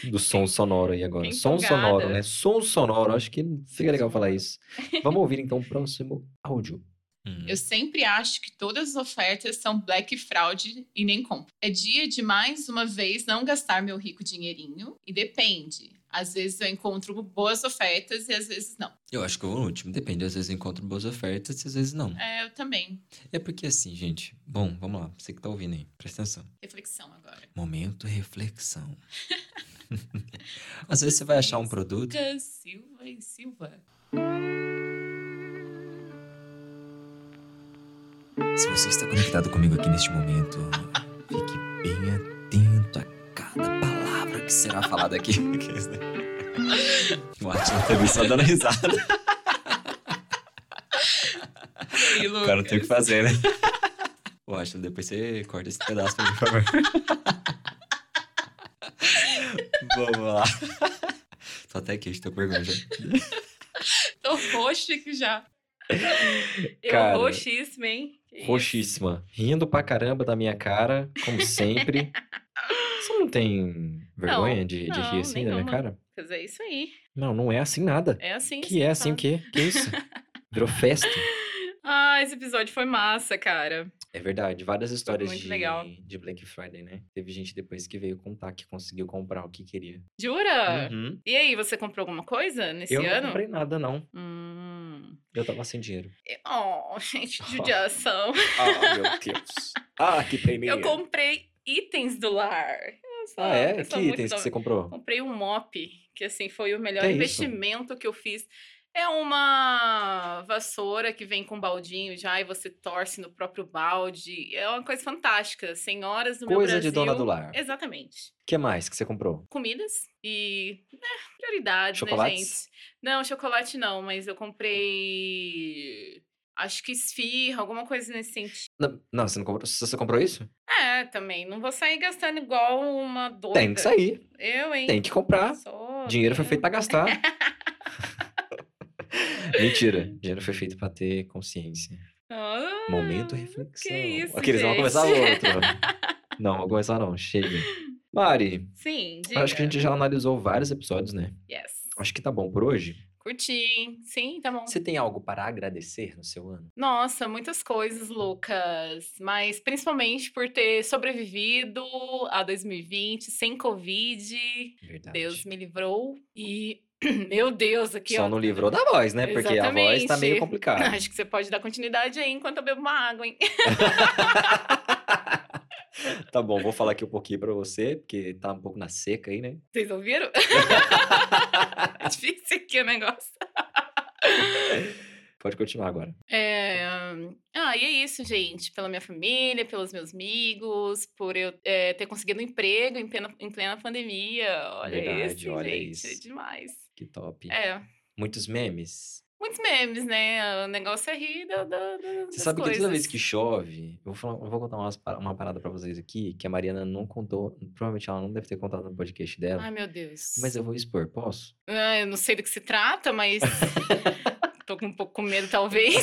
[SPEAKER 1] do som sonoro aí agora.
[SPEAKER 2] Fiquei
[SPEAKER 1] Som sonoro,
[SPEAKER 2] empolgada.
[SPEAKER 1] né? Som sonoro. Acho que fica legal falar isso. Vamos ouvir então o próximo áudio.
[SPEAKER 3] Hum,
[SPEAKER 8] Eu sempre acho que todas as ofertas são black fraud e nem compro. É dia de mais uma vez não gastar meu rico dinheirinho e depende. Às vezes eu encontro boas ofertas e às vezes não.
[SPEAKER 3] Eu acho que eu vou no último. Depende, às vezes eu encontro boas ofertas e às vezes não.
[SPEAKER 8] É, eu também.
[SPEAKER 3] É porque assim, gente. Bom, vamos lá. Você que tá ouvindo aí, presta atenção.
[SPEAKER 8] Reflexão agora.
[SPEAKER 3] Momento reflexão. às vezes você vai achar um produto.
[SPEAKER 8] Lucas Silva e Silva.
[SPEAKER 3] Se você está conectado comigo aqui neste momento, fique bem atento a cada palavra que será falada aqui. o Atila também só dando risada.
[SPEAKER 8] E
[SPEAKER 3] O cara não tem o que
[SPEAKER 8] Lucas.
[SPEAKER 3] fazer, né? O Atila, depois você corta esse pedaço pra mim, por favor. Vamos lá. Tô até aqui, estou perguntando.
[SPEAKER 8] Tô roxo aqui já.
[SPEAKER 2] Eu
[SPEAKER 1] Cara.
[SPEAKER 2] roxíssimo, hein? Que isso.
[SPEAKER 1] Roxíssima. Rindo pra caramba da minha cara, como sempre. Você não tem vergonha de, de
[SPEAKER 2] não,
[SPEAKER 1] rir assim da minha
[SPEAKER 2] nenhuma.
[SPEAKER 1] cara?
[SPEAKER 2] Mas é isso aí.
[SPEAKER 1] Não, não é assim nada.
[SPEAKER 2] É assim.
[SPEAKER 1] que é assim o
[SPEAKER 2] que.
[SPEAKER 1] quê? Que isso? Virou festa.
[SPEAKER 2] fala. Ah, esse episódio foi massa, cara.
[SPEAKER 1] É verdade, várias histórias
[SPEAKER 2] muito
[SPEAKER 1] de,
[SPEAKER 2] legal.
[SPEAKER 1] de Black Friday, né? Teve gente depois que veio contar que conseguiu comprar o que queria.
[SPEAKER 2] Jura?
[SPEAKER 1] Uhum.
[SPEAKER 2] E aí, você comprou alguma coisa nesse
[SPEAKER 1] Eu não
[SPEAKER 2] Ah, ano?
[SPEAKER 1] comprei nada, não.
[SPEAKER 2] Hum.
[SPEAKER 1] Eu tava sem dinheiro.
[SPEAKER 2] Oh, gente, judiação.
[SPEAKER 1] Ah, meu Deus. Ah, que peninha.
[SPEAKER 2] Eu comprei itens do lar. Eu sou-
[SPEAKER 1] Ah, é?
[SPEAKER 2] eu
[SPEAKER 1] Que
[SPEAKER 2] sou muito
[SPEAKER 1] itens que
[SPEAKER 2] dom-
[SPEAKER 1] você comprou?
[SPEAKER 2] Comprei um mop, que assim foi o melhor
[SPEAKER 1] Que é isso?
[SPEAKER 2] investimento que eu fiz. É uma vassoura que vem com baldinho já e você torce no próprio balde. É uma coisa fantástica. Senhoras do meu
[SPEAKER 1] Coisa de
[SPEAKER 2] Brasil.
[SPEAKER 1] dona do lar. O
[SPEAKER 2] Exatamente.
[SPEAKER 1] que mais que você comprou?
[SPEAKER 2] Comidas e né, prioridades, né,
[SPEAKER 1] Chocolates?
[SPEAKER 2] gente? Não, chocolate não, mas eu comprei. Acho que esfirra, alguma coisa nesse sentido.
[SPEAKER 1] Não, não, você não comprou. Você você comprou isso?
[SPEAKER 2] É, também. Não vou sair gastando igual uma doida.
[SPEAKER 1] Tem que sair.
[SPEAKER 2] Eu, hein?
[SPEAKER 1] Tem que comprar.
[SPEAKER 2] Sou
[SPEAKER 1] Dinheiro foi
[SPEAKER 2] mesmo.
[SPEAKER 1] feito pra gastar. Mentira. Dinheiro foi feito pra ter consciência.
[SPEAKER 2] Ah,
[SPEAKER 1] Momento reflexão.
[SPEAKER 2] isso,
[SPEAKER 1] Aqueles vão começar
[SPEAKER 2] gente.
[SPEAKER 1] outro. Não, vou começar não. Chega. Mari,
[SPEAKER 2] Sim, diga.
[SPEAKER 1] acho que a gente já analisou vários episódios, né?
[SPEAKER 2] Yes.
[SPEAKER 1] Acho que tá bom por hoje.
[SPEAKER 2] Curti, hein? Sim, tá bom.
[SPEAKER 1] Você tem algo para agradecer no seu ano?
[SPEAKER 2] Nossa, muitas coisas, Lucas. Mas principalmente por ter sobrevivido a 2020 sem Covid.
[SPEAKER 1] Verdade.
[SPEAKER 2] Deus me livrou. E, meu Deus, aqui
[SPEAKER 1] Só
[SPEAKER 2] ó.
[SPEAKER 1] não livrou da voz, né? Porque a voz tá meio
[SPEAKER 2] Exatamente.
[SPEAKER 1] complicada.
[SPEAKER 2] Acho que você pode dar continuidade aí enquanto eu bebo uma água, hein?
[SPEAKER 1] Tá bom, vou falar aqui um pouquinho pra você, porque tá um pouco na seca aí, né?
[SPEAKER 2] Vocês ouviram? É Difícil aqui o negócio.
[SPEAKER 1] Pode continuar agora.
[SPEAKER 2] É, hum, Ah, e é isso, gente. Pela minha família, pelos meus amigos, por eu é, ter conseguido um emprego em plena, em plena pandemia. Olha
[SPEAKER 1] Verdade,
[SPEAKER 2] isso,
[SPEAKER 1] olha
[SPEAKER 2] gente. é
[SPEAKER 1] isso.
[SPEAKER 2] demais.
[SPEAKER 1] Que top.
[SPEAKER 2] É,
[SPEAKER 1] Muitos memes.
[SPEAKER 2] muitos memes, né? O negócio é rir da, da, da,
[SPEAKER 1] Você
[SPEAKER 2] das
[SPEAKER 1] sabe que toda vez
[SPEAKER 2] coisas.
[SPEAKER 1] que chove, eu vou, falar- eu vou contar umas pa- uma parada pra vocês aqui, que a Mariana não contou, provavelmente ela não deve ter contado no podcast dela,
[SPEAKER 2] Ai, meu Deus.
[SPEAKER 1] mas eu vou expor, posso?
[SPEAKER 2] Ah, eu não sei do que se trata, mas... Tô com um pouco com medo, talvez.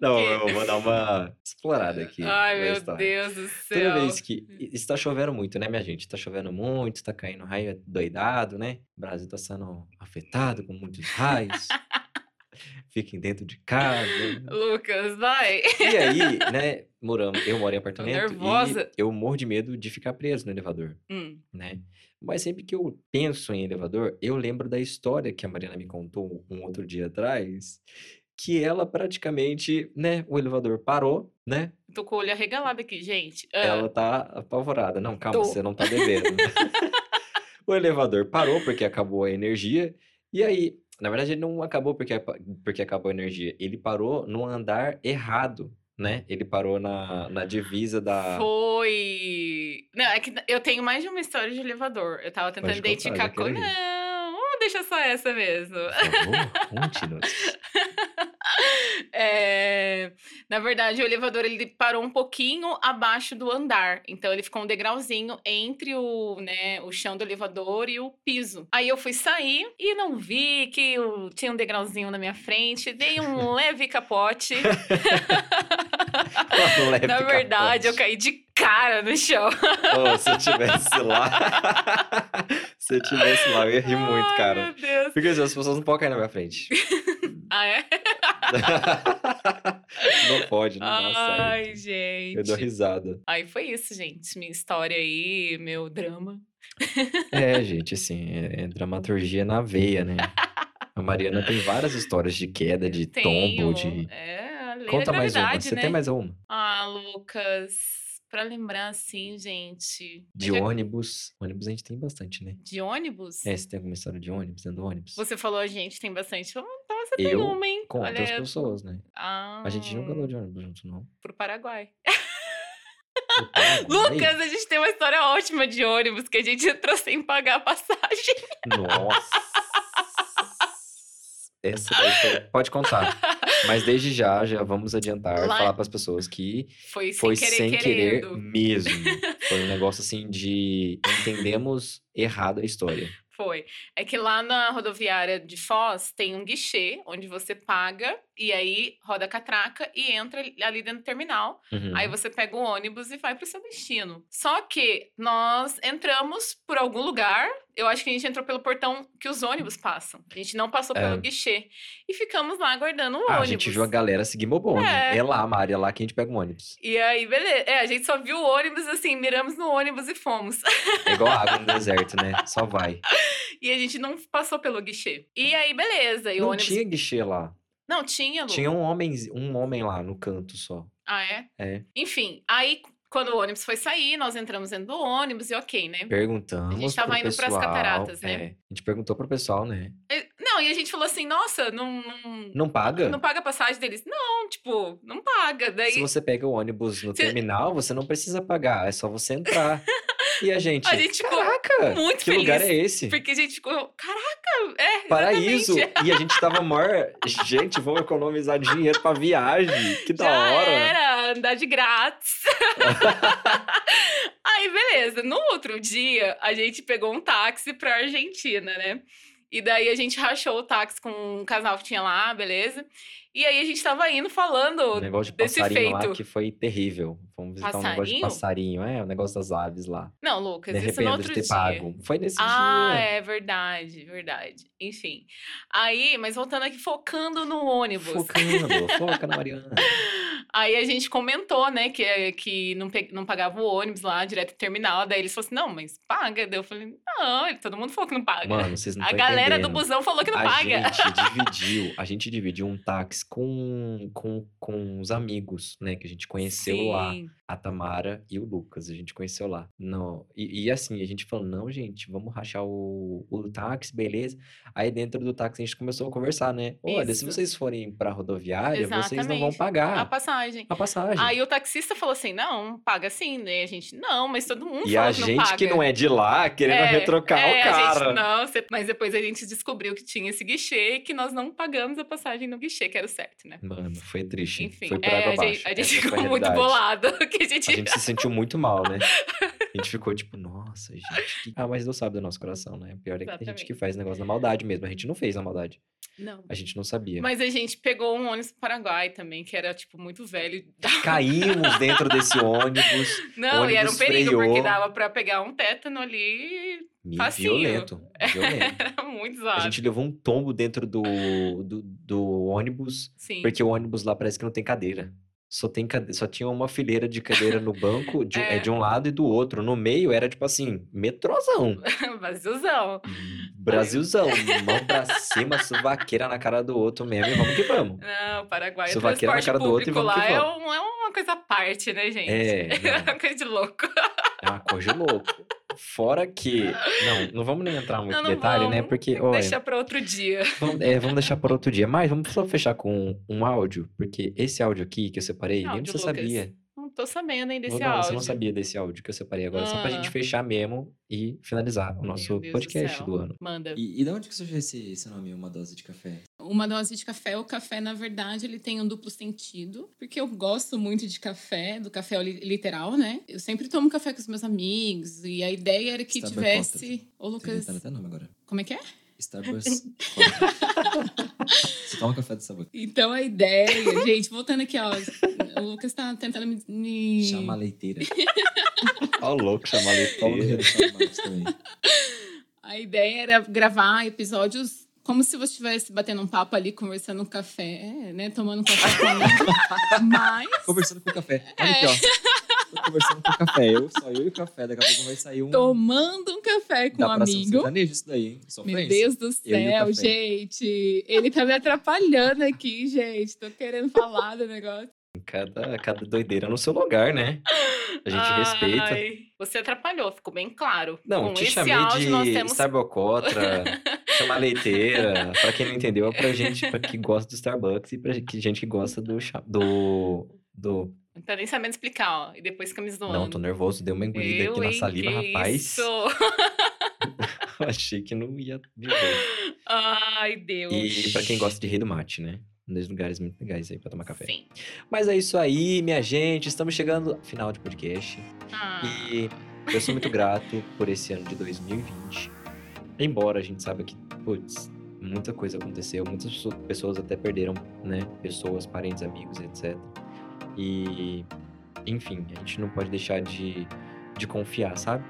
[SPEAKER 1] Não,
[SPEAKER 2] Ok.
[SPEAKER 1] eu vou dar uma explorada aqui.
[SPEAKER 2] Ai,
[SPEAKER 1] na
[SPEAKER 2] meu
[SPEAKER 1] é história.
[SPEAKER 2] Deus do céu.
[SPEAKER 1] Toda vez que. e- Está chovendo muito, né, minha gente? Está chovendo muito, está caindo é tá raio doidado, né? O Brasil está sendo afetado com muitos raios. Fiquem dentro de casa.
[SPEAKER 2] Lucas, vai.
[SPEAKER 1] E aí, né, moramos, eu moro em apartamento
[SPEAKER 2] nervosa.
[SPEAKER 1] e eu morro de medo de ficar preso no elevador,
[SPEAKER 2] Hum,
[SPEAKER 1] né? Mas sempre que eu penso em elevador, eu lembro da história que a Mariana me contou um outro dia atrás, que ela praticamente, né, o elevador parou, né?
[SPEAKER 2] tô com o olho arregalado aqui, gente. Ah,
[SPEAKER 1] Ela tá apavorada. Não, calma,
[SPEAKER 2] Tô.
[SPEAKER 1] você não tá devendo. o elevador parou porque acabou a energia. E aí, na verdade, ele não acabou porque, apa- porque acabou a energia. Ele parou no andar errado, né? Ele parou na, na divisa da.
[SPEAKER 2] Foi. Não, é que eu tenho mais de uma história de elevador. Eu tava tentando
[SPEAKER 1] Pode contar, já
[SPEAKER 2] identificar. qual-
[SPEAKER 1] quero ouvir.
[SPEAKER 2] Não, deixa só essa mesmo.
[SPEAKER 1] Por favor, conte-nos.
[SPEAKER 2] É, na verdade, o elevador ele parou um pouquinho abaixo do andar. Então ele ficou um degrauzinho entre o, né, o chão do elevador e o piso. Aí eu fui sair e não vi que eu tinha um degrauzinho na minha frente, dei um leve capote.
[SPEAKER 1] Uma leve
[SPEAKER 2] na verdade, eu
[SPEAKER 1] capote.
[SPEAKER 2] caí de cara no chão.
[SPEAKER 1] Ô, se eu tivesse lá. se eu tivesse lá, eu ia rir muito,
[SPEAKER 2] Ai,
[SPEAKER 1] cara.
[SPEAKER 2] Meu Deus.
[SPEAKER 1] Porque assim, as pessoas não podem cair na minha frente.
[SPEAKER 2] Ah, é?
[SPEAKER 1] não pode, não dá certo.
[SPEAKER 2] Ai,
[SPEAKER 1] é Eu dou
[SPEAKER 2] gente.
[SPEAKER 1] risada.
[SPEAKER 2] Aí foi isso, gente. Minha história aí, meu drama.
[SPEAKER 1] É, gente, assim, é, é dramaturgia na veia, né? A Mariana tem várias histórias de queda, de
[SPEAKER 2] Tenho.
[SPEAKER 1] tombo, de.
[SPEAKER 2] É, a lei
[SPEAKER 1] Conta
[SPEAKER 2] da
[SPEAKER 1] mais uma.
[SPEAKER 2] gravidade,
[SPEAKER 1] Você
[SPEAKER 2] né?
[SPEAKER 1] tem mais uma?
[SPEAKER 2] Ah, Lucas, pra lembrar assim, gente.
[SPEAKER 1] De
[SPEAKER 2] eu já-
[SPEAKER 1] ônibus. Ônibus a gente tem bastante, né?
[SPEAKER 2] De ônibus?
[SPEAKER 1] É, você tem alguma história de ônibus, dentro do ônibus?
[SPEAKER 2] Você falou, a gente tem bastante. Então, você tem
[SPEAKER 1] Eu
[SPEAKER 2] uma, hein?
[SPEAKER 1] Conta as
[SPEAKER 2] Olha,
[SPEAKER 1] pessoas, né?
[SPEAKER 2] ah,
[SPEAKER 1] A gente nunca andou de ônibus junto, não.
[SPEAKER 2] pro Paraguai.
[SPEAKER 1] Pro Paraguai?
[SPEAKER 2] Lucas, a gente tem uma história ótima de ônibus que a gente entrou sem pagar a passagem.
[SPEAKER 1] Nossa! Essa daí foi... Pode contar. Mas desde já, já vamos adiantar e
[SPEAKER 2] Lá-
[SPEAKER 1] falar para as pessoas que
[SPEAKER 2] Foi sem
[SPEAKER 1] Foi
[SPEAKER 2] querer
[SPEAKER 1] sem querer
[SPEAKER 2] querendo.
[SPEAKER 1] mesmo. Foi um negócio assim de entendemos errado a história.
[SPEAKER 2] Foi. É que lá na rodoviária de Foz tem um guichê onde você paga e aí roda a catraca e entra ali dentro do terminal.
[SPEAKER 1] Uhum.
[SPEAKER 2] Aí você pega o ônibus e vai pro seu destino. Só que nós entramos por algum lugar. Eu acho que a gente entrou pelo portão que os ônibus passam. A gente não passou
[SPEAKER 1] É.
[SPEAKER 2] pelo guichê. E ficamos lá aguardando o
[SPEAKER 1] Ah,
[SPEAKER 2] ônibus.
[SPEAKER 1] a gente viu a galera seguir meu bonde.
[SPEAKER 2] É.
[SPEAKER 1] É. lá, Mari, é lá que a gente pega o ônibus.
[SPEAKER 2] E aí, beleza. É, a gente só viu o ônibus assim, miramos no ônibus e fomos.
[SPEAKER 1] É igual água no deserto, né? Só vai.
[SPEAKER 2] E a gente não passou pelo guichê. E aí, beleza. E o
[SPEAKER 1] Não
[SPEAKER 2] ônibus. Tá
[SPEAKER 1] tinha guichê lá.
[SPEAKER 2] Não, tinha, Lu.
[SPEAKER 1] Tinha um homem, um homem lá no canto só.
[SPEAKER 2] Ah, é?
[SPEAKER 1] É.
[SPEAKER 2] Enfim, aí quando o ônibus foi sair, nós entramos dentro do ônibus e ok, né?
[SPEAKER 1] Perguntamos.
[SPEAKER 2] tava
[SPEAKER 1] pro
[SPEAKER 2] indo pras
[SPEAKER 1] pessoal,
[SPEAKER 2] cataratas, né?
[SPEAKER 1] é. a gente perguntou pro pessoal, né?
[SPEAKER 2] E- Não, e a gente falou assim, nossa, não- não,
[SPEAKER 1] Não paga?
[SPEAKER 2] Não paga a passagem deles? Não, tipo, não paga.
[SPEAKER 1] Se
[SPEAKER 2] Daí
[SPEAKER 1] você pega o ônibus no
[SPEAKER 2] Se-
[SPEAKER 1] terminal, você não precisa pagar, é só você entrar. E a gente.
[SPEAKER 2] a gente ficou.
[SPEAKER 1] Caraca!
[SPEAKER 2] muito
[SPEAKER 1] que lugar
[SPEAKER 2] feliz,
[SPEAKER 1] é esse?
[SPEAKER 2] Porque a gente ficou. Caraca! É,
[SPEAKER 1] Paraíso!
[SPEAKER 2] exatamente.
[SPEAKER 1] E a gente tava maior. Gente, vamos economizar dinheiro pra viagem. Que da
[SPEAKER 2] Já
[SPEAKER 1] hora.
[SPEAKER 2] era, andar de grátis. Aí, beleza. No outro dia, a gente pegou um táxi pra Argentina, né? E daí a gente rachou o táxi com um casal que tinha lá, beleza? E aí a gente tava indo
[SPEAKER 1] O
[SPEAKER 2] falando
[SPEAKER 1] negócio de
[SPEAKER 2] desse
[SPEAKER 1] passarinho lá
[SPEAKER 2] feito.
[SPEAKER 1] que foi terrível. Vamos visitar um negócio de
[SPEAKER 2] Passarinho?
[SPEAKER 1] passarinho, é? O negócio das aves lá.
[SPEAKER 2] Não, Lucas,
[SPEAKER 1] Me
[SPEAKER 2] isso no
[SPEAKER 1] arrependo
[SPEAKER 2] outro
[SPEAKER 1] de ter
[SPEAKER 2] dia.
[SPEAKER 1] pago. Foi nesse
[SPEAKER 2] Ah,
[SPEAKER 1] dia.
[SPEAKER 2] é verdade, verdade. Enfim. Aí, mas voltando aqui, focando no ônibus.
[SPEAKER 1] Focando, foca na Mariana.
[SPEAKER 2] Aí a gente comentou, né, que, que não, pe- não pagava o ônibus lá direto do terminal. Daí eles falaram assim: não, mas paga. Daí eu falei: não, ele- todo mundo falou que não paga.
[SPEAKER 1] Mano, vocês não
[SPEAKER 2] a
[SPEAKER 1] tão
[SPEAKER 2] galera do
[SPEAKER 1] entendendo.
[SPEAKER 2] busão falou que não
[SPEAKER 1] a
[SPEAKER 2] paga.
[SPEAKER 1] gente dividiu, a gente dividiu um táxi com, com, com os amigos, né, que a gente conheceu lá.
[SPEAKER 2] Sim.
[SPEAKER 1] a Tamara e o Lucas. A gente conheceu lá. Não, e, e assim, a gente falou, não, gente, vamos rachar o, o táxi, beleza. Aí dentro do táxi a gente começou a conversar, né? Olha, se
[SPEAKER 2] Isso.
[SPEAKER 1] vocês forem pra rodoviária, vocês não vão
[SPEAKER 2] Exatamente. A
[SPEAKER 1] pagar
[SPEAKER 2] passagem.
[SPEAKER 1] a passagem.
[SPEAKER 2] Aí o taxista falou assim: não, paga sim. Daí a gente: não, mas todo mundo
[SPEAKER 1] e
[SPEAKER 2] falou
[SPEAKER 1] a
[SPEAKER 2] que um não
[SPEAKER 1] gente
[SPEAKER 2] paga.
[SPEAKER 1] que não é de lá, querendo
[SPEAKER 2] É,
[SPEAKER 1] retrocar
[SPEAKER 2] é,
[SPEAKER 1] o
[SPEAKER 2] a
[SPEAKER 1] cara.
[SPEAKER 2] gente não, cê- mas depois a gente descobriu que tinha esse guichê e que nós não pagamos a passagem no guichê, que era o certo, né?
[SPEAKER 1] Mano, foi triste. hein?
[SPEAKER 2] Enfim,
[SPEAKER 1] foi por
[SPEAKER 2] é,
[SPEAKER 1] água
[SPEAKER 2] a gente,
[SPEAKER 1] abaixo.
[SPEAKER 2] a gente
[SPEAKER 1] Essa foi
[SPEAKER 2] ficou muito
[SPEAKER 1] realidade.
[SPEAKER 2] bolado. Que a gente...
[SPEAKER 1] A gente se sentiu muito mal, né? A gente ficou tipo, nossa, gente. que- Ah, mas Deus sabe do nosso coração, né? Pior é que tem gente que
[SPEAKER 2] Exatamente.
[SPEAKER 1] faz negócio na maldade mesmo. A gente não fez na maldade.
[SPEAKER 2] Não.
[SPEAKER 1] A gente não sabia.
[SPEAKER 2] Mas a gente pegou um ônibus pro Paraguai também, que era, tipo, muito velho.
[SPEAKER 1] Caímos dentro desse ônibus.
[SPEAKER 2] Não, e era um
[SPEAKER 1] ônibus
[SPEAKER 2] perigo, porque
[SPEAKER 1] freou.
[SPEAKER 2] dava pra pegar um tétano ali e
[SPEAKER 1] Me
[SPEAKER 2] Facinho. É.
[SPEAKER 1] violento. violento.
[SPEAKER 2] Era muito
[SPEAKER 1] A
[SPEAKER 2] zoado.
[SPEAKER 1] gente levou um tombo dentro do, do, do ônibus,
[SPEAKER 2] Sim.
[SPEAKER 1] porque o ônibus lá parece que não tem cadeira. Só, tem cade... Só tinha uma fileira de cadeira no banco, de, um- é.
[SPEAKER 2] É.
[SPEAKER 1] de um lado e do outro. No meio era tipo assim, metrozão.
[SPEAKER 2] Vaziozão.
[SPEAKER 1] Brasilzão. Mão pra cima, suvaqueira na cara do outro mesmo e vamos que vamos.
[SPEAKER 2] Não, o Paraguai, o
[SPEAKER 1] Sovaqueira na
[SPEAKER 2] transporte
[SPEAKER 1] cara do outro e
[SPEAKER 2] público
[SPEAKER 1] vamos
[SPEAKER 2] lá
[SPEAKER 1] que
[SPEAKER 2] é,
[SPEAKER 1] vamos.
[SPEAKER 2] um- é uma coisa à parte, né, gente?
[SPEAKER 1] É, não.
[SPEAKER 2] uma coisa de louco.
[SPEAKER 1] É uma coisa de louco. Fora que. Não, não vamos nem entrar muito
[SPEAKER 2] Não,
[SPEAKER 1] em
[SPEAKER 2] não
[SPEAKER 1] detalhe, né?
[SPEAKER 2] vamos.
[SPEAKER 1] Porque,
[SPEAKER 2] Tem que
[SPEAKER 1] olha,
[SPEAKER 2] Deixar pra outro dia.
[SPEAKER 1] vamos, é, vamos deixar para outro dia. Mas vamos só fechar com um áudio, porque esse áudio aqui que eu separei, nem
[SPEAKER 2] Áudio,
[SPEAKER 1] você
[SPEAKER 2] Lucas.
[SPEAKER 1] sabia.
[SPEAKER 2] Não tô sabendo ainda
[SPEAKER 1] Não,
[SPEAKER 2] desse
[SPEAKER 1] não,
[SPEAKER 2] áudio.
[SPEAKER 1] você não sabia desse áudio que eu separei agora, só pra gente
[SPEAKER 2] Ah.
[SPEAKER 1] fechar mesmo e finalizar o
[SPEAKER 2] Meu
[SPEAKER 1] nosso
[SPEAKER 2] Deus do
[SPEAKER 1] podcast
[SPEAKER 2] céu.
[SPEAKER 1] do, ano.
[SPEAKER 2] Manda.
[SPEAKER 9] E, e de onde que surgiu esse, esse nome, Uma Dose de Café?
[SPEAKER 8] Uma dose de café. O café, na verdade, ele tem um duplo sentido, porque eu gosto muito de café, do café li- literal, né? Eu sempre tomo café com os meus amigos, e a ideia era que
[SPEAKER 9] Starbucks
[SPEAKER 8] tivesse. Ô,
[SPEAKER 9] Tô
[SPEAKER 8] Lucas,
[SPEAKER 9] inventando até nome agora.
[SPEAKER 8] como é que é?
[SPEAKER 9] Starburst. Coffee. Você toma café do sabor.
[SPEAKER 8] Então a ideia, gente, voltando aqui, ó. O Lucas tá tentando me. me-
[SPEAKER 9] Chama a leiteira.
[SPEAKER 1] Ó, louco, chamar
[SPEAKER 9] Paulo Guerreiro chama Marcos também.
[SPEAKER 8] A ideia era gravar episódios como se você estivesse batendo um papo ali, conversando no café, né? Tomando café comigo. Mas. É,
[SPEAKER 9] Conversando com o café. Olha aqui, ó. Tô conversando com o café. Eu, só eu e o café. Daqui a pouco vai sair um.
[SPEAKER 8] Tomando um café com um
[SPEAKER 9] Dá pra ser um
[SPEAKER 8] amigo.
[SPEAKER 9] sertanejo isso daí, hein? Só
[SPEAKER 8] Meu
[SPEAKER 9] fez.
[SPEAKER 8] Deus do
[SPEAKER 9] Eu e o
[SPEAKER 8] céu,
[SPEAKER 9] café.
[SPEAKER 8] gente. Ele tá me atrapalhando aqui, gente. Tô querendo falar do negócio.
[SPEAKER 1] Cada, cada doideira no seu lugar, né? A gente respeita.
[SPEAKER 2] Ai, Você atrapalhou, ficou bem claro.
[SPEAKER 1] Não,
[SPEAKER 2] Com
[SPEAKER 1] te
[SPEAKER 2] esse
[SPEAKER 1] chamei
[SPEAKER 2] áudio
[SPEAKER 1] de
[SPEAKER 2] nós temos.
[SPEAKER 1] Starbocotra, chamar leiteira. Pra quem não entendeu, é pra gente pra que gosta do Starbucks e pra gente que, gente que gosta do. cha- do, do...
[SPEAKER 2] Não tá nem sabendo explicar, ó. E depois fica me zoando.
[SPEAKER 1] Não, tô nervoso, dei uma engolida
[SPEAKER 2] Eu,
[SPEAKER 1] aqui na
[SPEAKER 2] hein,
[SPEAKER 1] saliva,
[SPEAKER 2] que
[SPEAKER 1] rapaz.
[SPEAKER 2] Isso.
[SPEAKER 1] Achei que não ia viver.
[SPEAKER 2] Ai, Deus.
[SPEAKER 1] E pra quem gosta de rei do mate, né? Um dos lugares muito legais aí pra tomar café.
[SPEAKER 2] Sim.
[SPEAKER 1] Mas é isso aí, minha gente. Estamos chegando ao final de podcast.
[SPEAKER 2] Ah,
[SPEAKER 1] E eu sou muito grato por esse ano de 2020. Embora a gente saiba que, putz, muita coisa aconteceu, muitas pesso- pessoas até perderam, né? Pessoas, parentes, amigos, etc. E, enfim, a gente não pode deixar de, de confiar, sabe?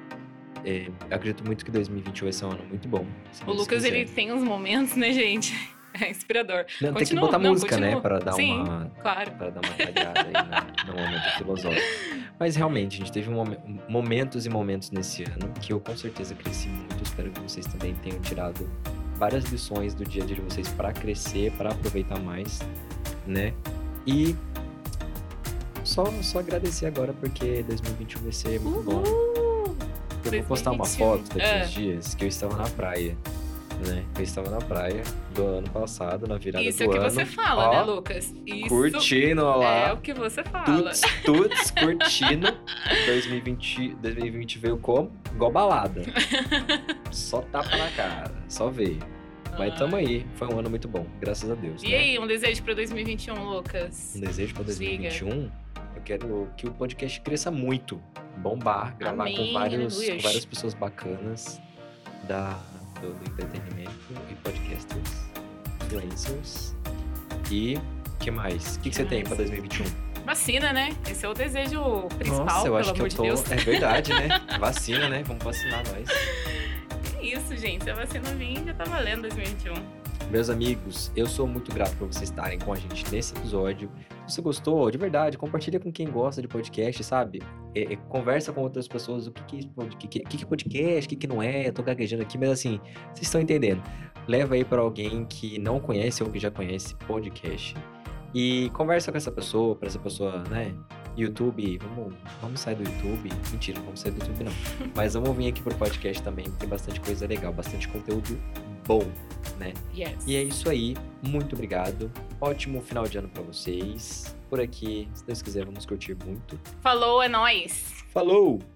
[SPEAKER 1] É, eu acredito muito que 2021 vai ser um ano muito bom. se
[SPEAKER 2] o
[SPEAKER 1] Deus
[SPEAKER 2] Lucas,
[SPEAKER 1] quiser.
[SPEAKER 2] ele tem uns momentos, né, gente? É inspirador.
[SPEAKER 1] Não, tem que
[SPEAKER 2] continua,
[SPEAKER 1] botar
[SPEAKER 2] não,
[SPEAKER 1] música, né?
[SPEAKER 2] continua.
[SPEAKER 1] Para dar
[SPEAKER 2] Sim.
[SPEAKER 1] uma
[SPEAKER 2] Claro.
[SPEAKER 1] para dar uma talhada aí no, no momento filosófico. Mas realmente, a gente teve um momen- momentos e momentos nesse ano que eu com certeza cresci muito. Espero que vocês também tenham tirado várias lições do dia a dia de vocês para crescer, para aproveitar mais, né? E só, só agradecer agora porque 2021 vai ser muito bom. Eu vou postar uma
[SPEAKER 2] 2021.
[SPEAKER 1] foto daqui
[SPEAKER 2] Ah.
[SPEAKER 1] uns dias que eu estava na praia. Né? Eu estava na praia do ano passado, na virada
[SPEAKER 2] Isso
[SPEAKER 1] do
[SPEAKER 2] é o que
[SPEAKER 1] ano.
[SPEAKER 2] você fala, né,
[SPEAKER 1] Ó,
[SPEAKER 2] Lucas? Isso
[SPEAKER 1] Curtindo lá.
[SPEAKER 2] é o que você fala.
[SPEAKER 1] Tuts, tuts, curtindo. 2020, 2020 veio como? Igual balada. Só tapa na cara, só veio. Mas tamo aí, foi um ano muito bom, graças a Deus.
[SPEAKER 2] Ah. E
[SPEAKER 1] né?
[SPEAKER 2] aí, um desejo pra 2021, Lucas?
[SPEAKER 1] Um desejo pra 2021. Eu quero que o podcast cresça muito. Bombar, gravar com,
[SPEAKER 2] Amém,
[SPEAKER 1] vários, com
[SPEAKER 2] aleluia.
[SPEAKER 1] várias pessoas bacanas da, do, do entretenimento e podcasters, influencers. E o que mais? O que, que você tem
[SPEAKER 2] mais?
[SPEAKER 1] pra 2021?
[SPEAKER 2] Vacina, né? Esse é o desejo principal,
[SPEAKER 1] Nossa, eu
[SPEAKER 2] pelo
[SPEAKER 1] acho que
[SPEAKER 2] amor
[SPEAKER 1] eu
[SPEAKER 2] de
[SPEAKER 1] tô.
[SPEAKER 2] Deus.
[SPEAKER 1] É verdade, né? Vacina, né? Vamos vacinar nós.
[SPEAKER 2] É isso, gente. Se a vacina vir, já tá valendo 2021.
[SPEAKER 1] Meus amigos, eu sou muito grato por vocês estarem com a gente nesse episódio. Se você gostou, de verdade, compartilha com quem gosta de podcast, sabe? É, é, conversa com outras pessoas o que, que é esse pod- o que, que, o que que é podcast, o que, que não é. Eu tô gaguejando aqui, mas assim, vocês estão entendendo. Leva aí pra alguém que não conhece ou que já conhece podcast. E conversa com essa pessoa, pra essa pessoa, né? YouTube, vamos, vamos sair do YouTube. Mentira, não vamos sair do YouTube não. Mas vamos vir aqui pro podcast também, tem bastante coisa legal, bastante conteúdo bom.
[SPEAKER 2] Yes.
[SPEAKER 1] E é isso aí. Muito obrigado. Ótimo final de ano pra vocês. Por aqui, se Deus quiser, vamos curtir muito.
[SPEAKER 2] Falou, é nóis.
[SPEAKER 1] Falou!